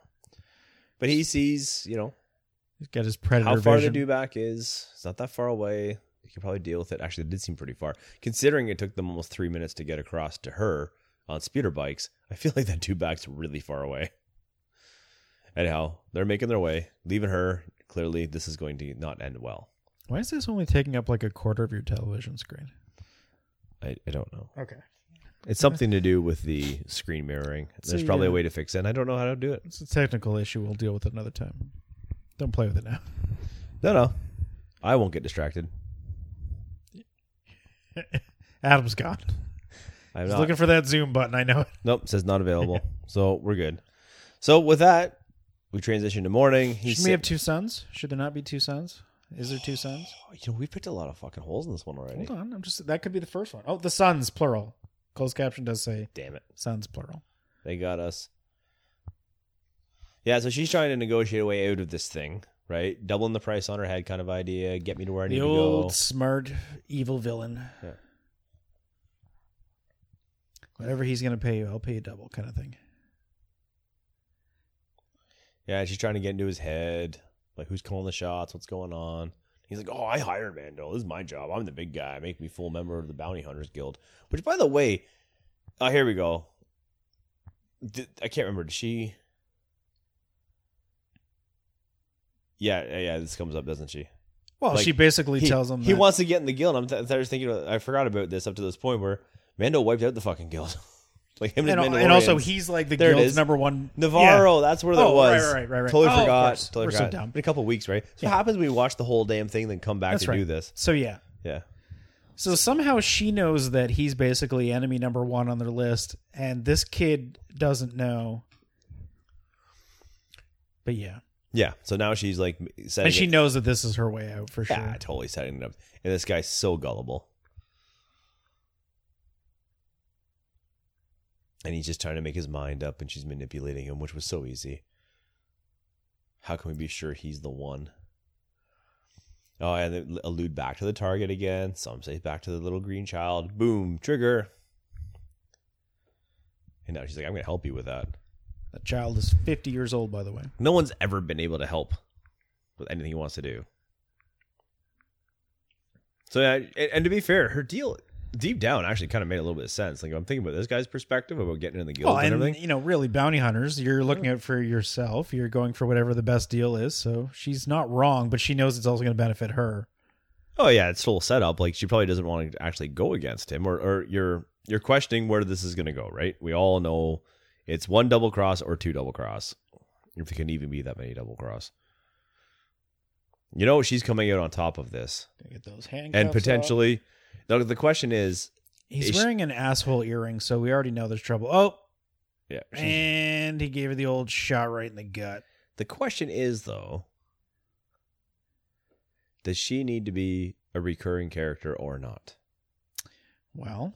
[SPEAKER 2] But he sees, you know,
[SPEAKER 1] He's got his predator
[SPEAKER 2] how far
[SPEAKER 1] vision.
[SPEAKER 2] the dewback is. It's not that far away. You can probably deal with it. Actually, it did seem pretty far. Considering it took them almost three minutes to get across to her on speeder bikes, I feel like that dewback's really far away. Anyhow, they're making their way, leaving her. Clearly, this is going to not end well.
[SPEAKER 1] Why is this only taking up like a quarter of your television screen?
[SPEAKER 2] I, I don't know.
[SPEAKER 1] Okay.
[SPEAKER 2] It's something to do with the screen mirroring. There's
[SPEAKER 1] So,
[SPEAKER 2] probably a
[SPEAKER 1] yeah.
[SPEAKER 2] way to fix it, and I don't know how to do it.
[SPEAKER 1] It's a technical issue. We'll deal with it another time. Don't play with it now.
[SPEAKER 2] No, no. I won't get distracted.
[SPEAKER 1] Adam's gone.
[SPEAKER 2] I'm
[SPEAKER 1] He's
[SPEAKER 2] not.
[SPEAKER 1] looking for that zoom button. I know it.
[SPEAKER 2] Nope, says not available. so we're good. So with that, we transition to morning. He
[SPEAKER 1] Should
[SPEAKER 2] sa-
[SPEAKER 1] we have two sons? Should there not be two sons? Is there two sons?
[SPEAKER 2] Oh, you know, we picked a lot of fucking holes in this one already.
[SPEAKER 1] Hold on. I'm just that could be the first one. Oh, the sons plural. Closed caption does say
[SPEAKER 2] Damn it.
[SPEAKER 1] sons plural.
[SPEAKER 2] They got us. Yeah, so she's trying to negotiate a way out of this thing, right? Doubling the price on her head kind of idea. Get me to where I need
[SPEAKER 1] The
[SPEAKER 2] to
[SPEAKER 1] old
[SPEAKER 2] go.
[SPEAKER 1] smart evil villain.
[SPEAKER 2] Yeah.
[SPEAKER 1] Whatever he's gonna pay you, I'll pay you double kind of thing.
[SPEAKER 2] Yeah, she's trying to get into his head. Like, who's calling the shots? What's going on? He's like, oh, I hired Mando. This is my job. I'm the big guy. Make me full member of the Bounty Hunters Guild. Which, by the way, oh, here we go. Did, I can't remember. Did she? Yeah, yeah, yeah. This comes up, doesn't she?
[SPEAKER 1] Well,
[SPEAKER 2] Like,
[SPEAKER 1] she basically
[SPEAKER 2] he,
[SPEAKER 1] tells him
[SPEAKER 2] he
[SPEAKER 1] that-
[SPEAKER 2] wants to get in the guild. I'm, th- I was thinking, I forgot about this up to this point where Mando wiped out the fucking guild. like him and,
[SPEAKER 1] and,
[SPEAKER 2] his
[SPEAKER 1] and also
[SPEAKER 2] Mandalorians.
[SPEAKER 1] he's like the
[SPEAKER 2] There it
[SPEAKER 1] guild's
[SPEAKER 2] is.
[SPEAKER 1] number one
[SPEAKER 2] Navarro. That's where that
[SPEAKER 1] Oh, right,
[SPEAKER 2] was.
[SPEAKER 1] right, right, right.
[SPEAKER 2] Totally
[SPEAKER 1] Oh, of
[SPEAKER 2] forgot.
[SPEAKER 1] course.
[SPEAKER 2] Totally
[SPEAKER 1] We're so
[SPEAKER 2] forgot.
[SPEAKER 1] dumb.
[SPEAKER 2] In a couple weeks, right? So
[SPEAKER 1] Yeah.
[SPEAKER 2] it happens we watch the whole damn thing, then come back
[SPEAKER 1] That's
[SPEAKER 2] to do
[SPEAKER 1] right.
[SPEAKER 2] this.
[SPEAKER 1] So yeah.
[SPEAKER 2] Yeah.
[SPEAKER 1] So somehow she knows that he's basically enemy number one on their list, and this kid doesn't know. But yeah,
[SPEAKER 2] Yeah. So now she's like m- setting.
[SPEAKER 1] and she
[SPEAKER 2] it,
[SPEAKER 1] knows that this is her way out for sure.
[SPEAKER 2] yeah, totally setting it up. And this guy's so gullible. And he's just trying to make his mind up, and she's manipulating him, which was so easy. How can we be sure he's the one? Oh, and then allude back to the target again. Some say back to the little green child. Boom, trigger. And now she's like, I'm going to help you with that.
[SPEAKER 1] That child is 50 years old, by the way.
[SPEAKER 2] No one's ever been able to help with anything he wants to do. So, yeah, and, and to be fair, her deal deep down actually kind of made a little bit of sense. Like, if I'm thinking about this guy's perspective about getting in the guild
[SPEAKER 1] Well,
[SPEAKER 2] and,
[SPEAKER 1] and
[SPEAKER 2] everything.
[SPEAKER 1] you know, really, bounty hunters, you're looking out for yourself. You're going for whatever the best deal is. So she's not wrong, but she knows it's also going to benefit her.
[SPEAKER 2] Oh yeah, it's still set up. Like she probably doesn't want to actually go against him, or or you're you're questioning where this is going to go, right? We all know it's one double cross or two double cross, if there can even be that many double cross. You know she's coming out on top of this,
[SPEAKER 1] Gonna Get those handcuffs.
[SPEAKER 2] and potentially. The, the question is,
[SPEAKER 1] off. he's
[SPEAKER 2] is-
[SPEAKER 1] wearing an asshole earring, so we already know there's trouble. Oh,
[SPEAKER 2] yeah, she's-
[SPEAKER 1] and he gave her the old shot right in the gut.
[SPEAKER 2] The question is though, does she need to be a recurring character or not?
[SPEAKER 1] Well,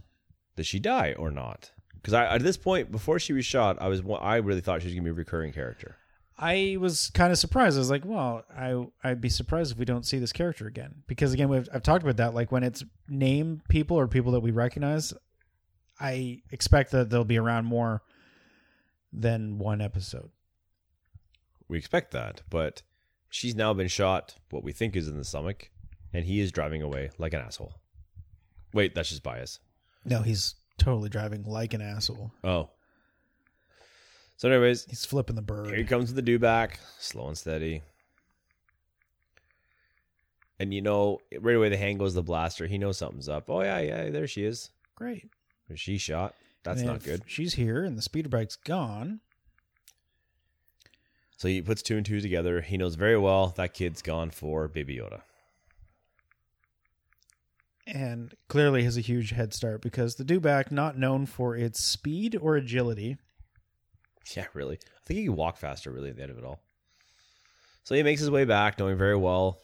[SPEAKER 2] Does she die or not? Because I at this point, before she was shot, I was I really thought she was gonna be a recurring character.
[SPEAKER 1] I was kind of surprised. I was like, well, I I'd be surprised if we don't see this character again because again, we've I've talked about that. Like when it's name people or people that we recognize, I expect that they'll be around more than one episode.
[SPEAKER 2] We expect that, but she's now been shot. What we think is in the stomach, and he is driving away like an asshole. Wait, that's just bias.
[SPEAKER 1] No, he's totally driving like an asshole.
[SPEAKER 2] Oh. So, anyways,
[SPEAKER 1] He's flipping the
[SPEAKER 2] Here he
[SPEAKER 1] bird.
[SPEAKER 2] comes with the do back, slow and steady. And you know, right away the hand goes to the blaster. He knows something's up. Oh yeah, yeah, there she is.
[SPEAKER 1] Great.
[SPEAKER 2] She shot. That's
[SPEAKER 1] And
[SPEAKER 2] not
[SPEAKER 1] if
[SPEAKER 2] good.
[SPEAKER 1] She's here and the speeder bike's gone.
[SPEAKER 2] So he puts two and two together. He knows very well that kid's gone for Baby Yoda.
[SPEAKER 1] and clearly has a huge head start because the dewback not known for its speed or agility
[SPEAKER 2] Yeah, really. I think he can walk faster, really, at the end of it all. So he makes his way back, knowing very well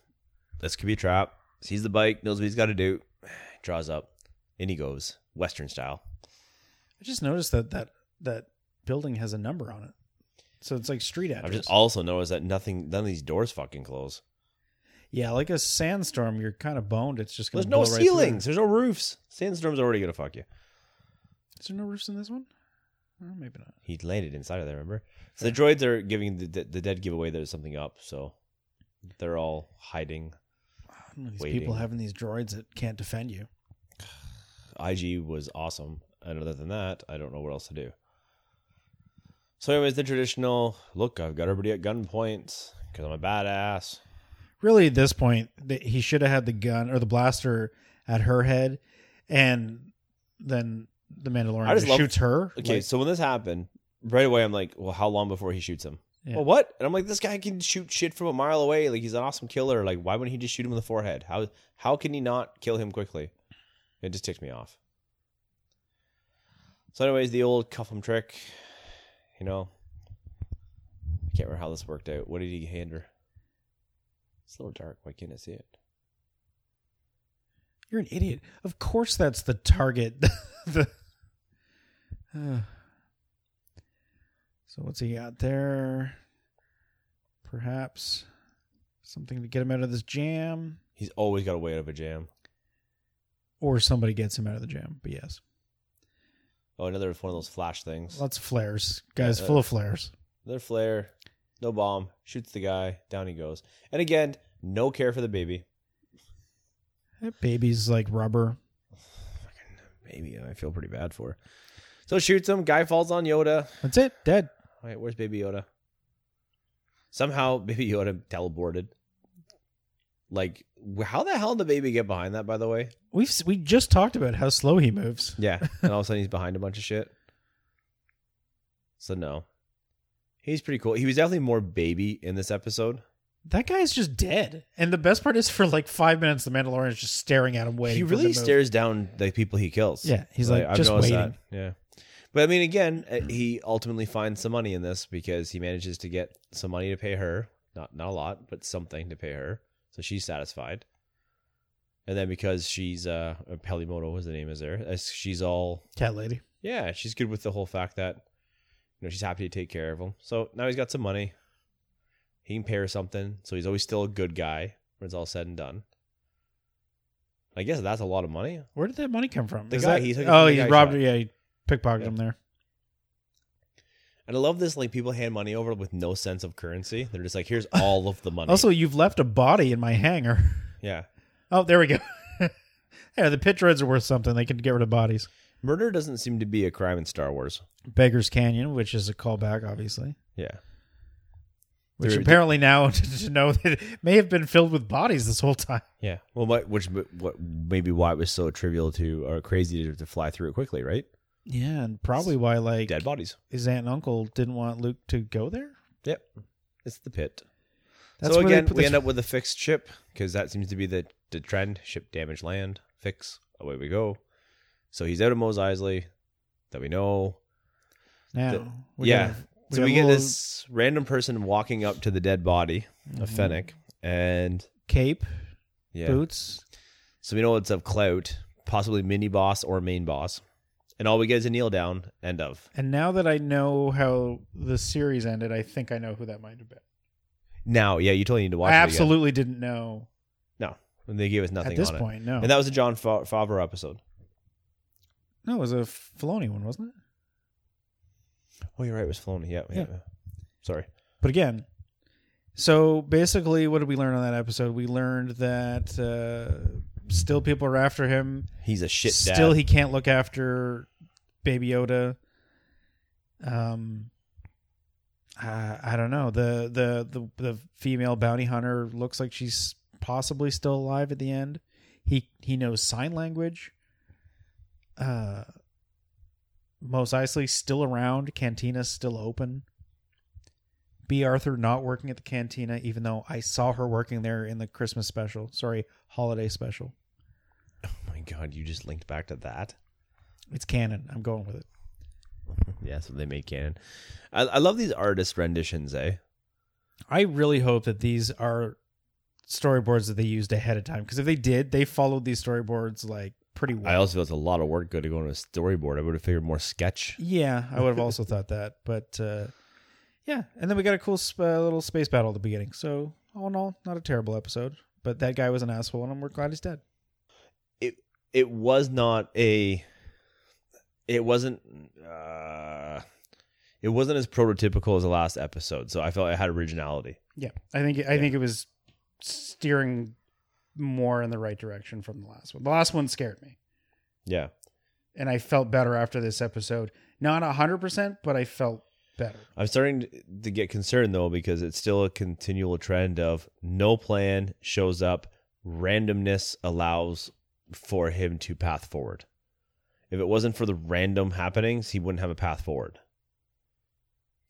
[SPEAKER 2] this could be a trap. Sees the bike, knows what he's got to do, draws up, and he goes Western style.
[SPEAKER 1] i just noticed that that that building has a number on it so it's like street address
[SPEAKER 2] I've just also noticed that nothing, none of these doors fucking close.
[SPEAKER 1] yeah like a sandstorm you're kind of boned it's just gonna
[SPEAKER 2] There's no
[SPEAKER 1] blow right through.
[SPEAKER 2] ceilings. There's no roofs. Sandstorm's already gonna fuck you.
[SPEAKER 1] is there no roofs in this one Well, maybe not
[SPEAKER 2] He landed inside of there. Remember? So the droids are giving the, the, the dead giveaway. There's something up. So they're all hiding.
[SPEAKER 1] I don't know, these
[SPEAKER 2] Waiting.
[SPEAKER 1] people having these droids that can't defend you
[SPEAKER 2] IG was awesome. And other than that, I don't know what else to do. So, anyways, the traditional look. I've got everybody at gunpoint because I'm a badass.
[SPEAKER 1] really at this point th- he should have had the gun or the blaster at her head and then the mandalorian
[SPEAKER 2] I just
[SPEAKER 1] just
[SPEAKER 2] love-
[SPEAKER 1] shoots her
[SPEAKER 2] Okay,
[SPEAKER 1] like-
[SPEAKER 2] so when this happened, right away I'm like, well, how long before he shoots him?
[SPEAKER 1] Yeah.
[SPEAKER 2] Well, what? And I'm like, this guy can shoot shit from a mile away. Like he's an awesome killer. Like why wouldn't he just shoot him in the forehead? How how can he not kill him quickly? It just ticked me off. So, anyways, the old cuff him trick, you know. I can't remember how this worked out. What did he hand her? It's a little dark. Why can't I see it?
[SPEAKER 1] You're an idiot. Of course, that's the target. the, Ugh. so what's he got there? Perhaps something to get him out of this jam,
[SPEAKER 2] He's always got a way out of a jam.
[SPEAKER 1] or somebody gets him out of the jam. But yes,
[SPEAKER 2] Oh, another one of those flash things.
[SPEAKER 1] lots of flares, guys,
[SPEAKER 2] Yeah, uh,
[SPEAKER 1] full of flares.
[SPEAKER 2] Another flare, no bomb, shoots the guy, down he goes. And again, no care for the baby.
[SPEAKER 1] That baby's like rubber.
[SPEAKER 2] Fucking baby, I feel pretty bad for. her. So shoots him, guy falls on Yoda.
[SPEAKER 1] That's it. Dead.
[SPEAKER 2] All right, where's baby Yoda? Somehow baby Yoda teleported. Like wh- how the hell did the baby get behind that by the way?
[SPEAKER 1] We've s- we just talked about how slow he moves.
[SPEAKER 2] Yeah. And all of a sudden he's behind a bunch of shit. So no. He's pretty cool. He was definitely more baby in this episode.
[SPEAKER 1] That guy's just dead. And the best part is, for like five minutes, the Mandalorian's just staring at him, waiting.
[SPEAKER 2] he
[SPEAKER 1] for him to
[SPEAKER 2] really
[SPEAKER 1] move.
[SPEAKER 2] stares down the people he kills.
[SPEAKER 1] Yeah, he's like,
[SPEAKER 2] I've
[SPEAKER 1] just
[SPEAKER 2] noticed
[SPEAKER 1] waiting.
[SPEAKER 2] That. Yeah, but I mean, again, uh, he ultimately finds some money in this because he manages to get some money to pay her. Not not a lot, but something to pay her, so she's satisfied. And then because she's uh Pelimoto, is the name is there, as she's all
[SPEAKER 1] Cat lady.
[SPEAKER 2] yeah, she's good with the whole fact that you know she's happy to take care of him. So now he's got some money. He can pay her something, so he's always still a good guy when it's all said and done. I guess that's a lot of money.
[SPEAKER 1] Where did that money come from?
[SPEAKER 2] The
[SPEAKER 1] Is
[SPEAKER 2] guy-
[SPEAKER 1] that-
[SPEAKER 2] he took it from
[SPEAKER 1] oh,
[SPEAKER 2] the
[SPEAKER 1] he
[SPEAKER 2] guy
[SPEAKER 1] robbed.
[SPEAKER 2] shop.
[SPEAKER 1] Yeah, he pickpocketed
[SPEAKER 2] Yeah.
[SPEAKER 1] him there.
[SPEAKER 2] And I love this. Like people hand money over with no sense of currency. They're just like, here's all of the money.
[SPEAKER 1] Also, you've left a body in my hangar.
[SPEAKER 2] yeah,
[SPEAKER 1] Oh, there we go. yeah, the pit roads are worth something. They can get rid of bodies.
[SPEAKER 2] murder doesn't seem to be a crime in Star Wars.
[SPEAKER 1] Beggar's Canyon, which is a callback, obviously.
[SPEAKER 2] Yeah,
[SPEAKER 1] Which
[SPEAKER 2] There-
[SPEAKER 1] apparently now to, to know that it may have been filled with bodies this whole time.
[SPEAKER 2] yeah. Well, what, which what maybe why it was so trivial to or crazy to, to fly through it quickly, right?
[SPEAKER 1] Yeah, and probably why like
[SPEAKER 2] Dead bodies.
[SPEAKER 1] his aunt and uncle didn't want Luke to go there.
[SPEAKER 2] Yep, it's the pit.
[SPEAKER 1] That's
[SPEAKER 2] so
[SPEAKER 1] where they
[SPEAKER 2] again,
[SPEAKER 1] put
[SPEAKER 2] we
[SPEAKER 1] the-
[SPEAKER 2] end up with a fixed ship because that seems to be the, the trend: ship damage land, fix. Away we go. So he's out of Mos Eisley, that we know.
[SPEAKER 1] Now,
[SPEAKER 2] the-
[SPEAKER 1] we
[SPEAKER 2] yeah.
[SPEAKER 1] got a-
[SPEAKER 2] so
[SPEAKER 1] got
[SPEAKER 2] we
[SPEAKER 1] a
[SPEAKER 2] get
[SPEAKER 1] little
[SPEAKER 2] this random person walking up to the dead body
[SPEAKER 1] Mm-hmm.
[SPEAKER 2] of Fennec, and
[SPEAKER 1] Mhm. cape,
[SPEAKER 2] yeah,
[SPEAKER 1] boots.
[SPEAKER 2] so we know it's of Clout, possibly mini boss or main boss, and all we get is a kneel down. End of.
[SPEAKER 1] And now that I know how the series ended, I think I know who that might have been.
[SPEAKER 2] Now, yeah, you totally need to watch.
[SPEAKER 1] I
[SPEAKER 2] it again.
[SPEAKER 1] absolutely didn't know
[SPEAKER 2] And they gave us nothing
[SPEAKER 1] at this
[SPEAKER 2] on
[SPEAKER 1] point. No,
[SPEAKER 2] it, and that was a John Fa- Favreau episode.
[SPEAKER 1] no, it was a Filoni one, wasn't it?
[SPEAKER 2] Oh, you're right. It was Filoni. Yeah, yeah.
[SPEAKER 1] Yeah.
[SPEAKER 2] yeah. Sorry.
[SPEAKER 1] But again, so basically, what did we learn on that episode? We learned that uh, still people are after him.
[SPEAKER 2] He's a shit dad.
[SPEAKER 1] still, he can't look after Baby Yoda. Um, I, I don't know. The, the the the female bounty hunter looks like she's possibly still alive at the end. He he knows sign language. Uh, Mos Eisley's still around. Cantina's still open. B. Arthur not working at the cantina, even though I saw her working there in the Christmas special. Sorry, holiday special.
[SPEAKER 2] Oh my god, you just linked back to that.
[SPEAKER 1] It's canon. I'm going with it.
[SPEAKER 2] Yeah, so they made canon. I, I love these artist renditions, eh?
[SPEAKER 1] I really hope that these are storyboards that they used ahead of time because if they did, they followed these storyboards like pretty
[SPEAKER 2] I
[SPEAKER 1] well.
[SPEAKER 2] also feel it's a lot of work good to go on a storyboard. I would have figured more sketch.
[SPEAKER 1] yeah, I would have also thought that, but uh, yeah. And then we got a cool sp- uh, little space battle at the beginning. So all in all, not a terrible episode. But that guy was an asshole, and we're glad he's dead.
[SPEAKER 2] It was not a. It wasn't. Uh, it wasn't as prototypical as the last episode, so I felt it had originality.
[SPEAKER 1] Yeah, I think I think it was steering more in the right direction from the last one. The last one scared me,
[SPEAKER 2] Yeah,
[SPEAKER 1] and I felt better after this episode. Not hundred percent, but I felt better.
[SPEAKER 2] I'm starting to get concerned though because it's still a continual trend of no plan shows up, randomness allows for him to path forward. If it wasn't for the random happenings, he wouldn't have a path forward.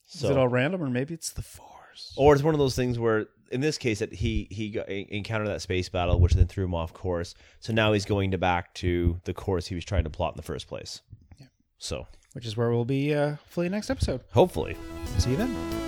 [SPEAKER 2] So, Oh.
[SPEAKER 1] Is it all random, or maybe it's the force?
[SPEAKER 2] or it's one of those things where, in this case, that he he got, en- encountered that space battle, which then threw him off course. So now he's going to back to the course he was trying to plot in the first place.
[SPEAKER 1] Yeah.
[SPEAKER 2] So
[SPEAKER 1] which is where we'll be uh, hopefully next episode.
[SPEAKER 2] hopefully.
[SPEAKER 1] See you then.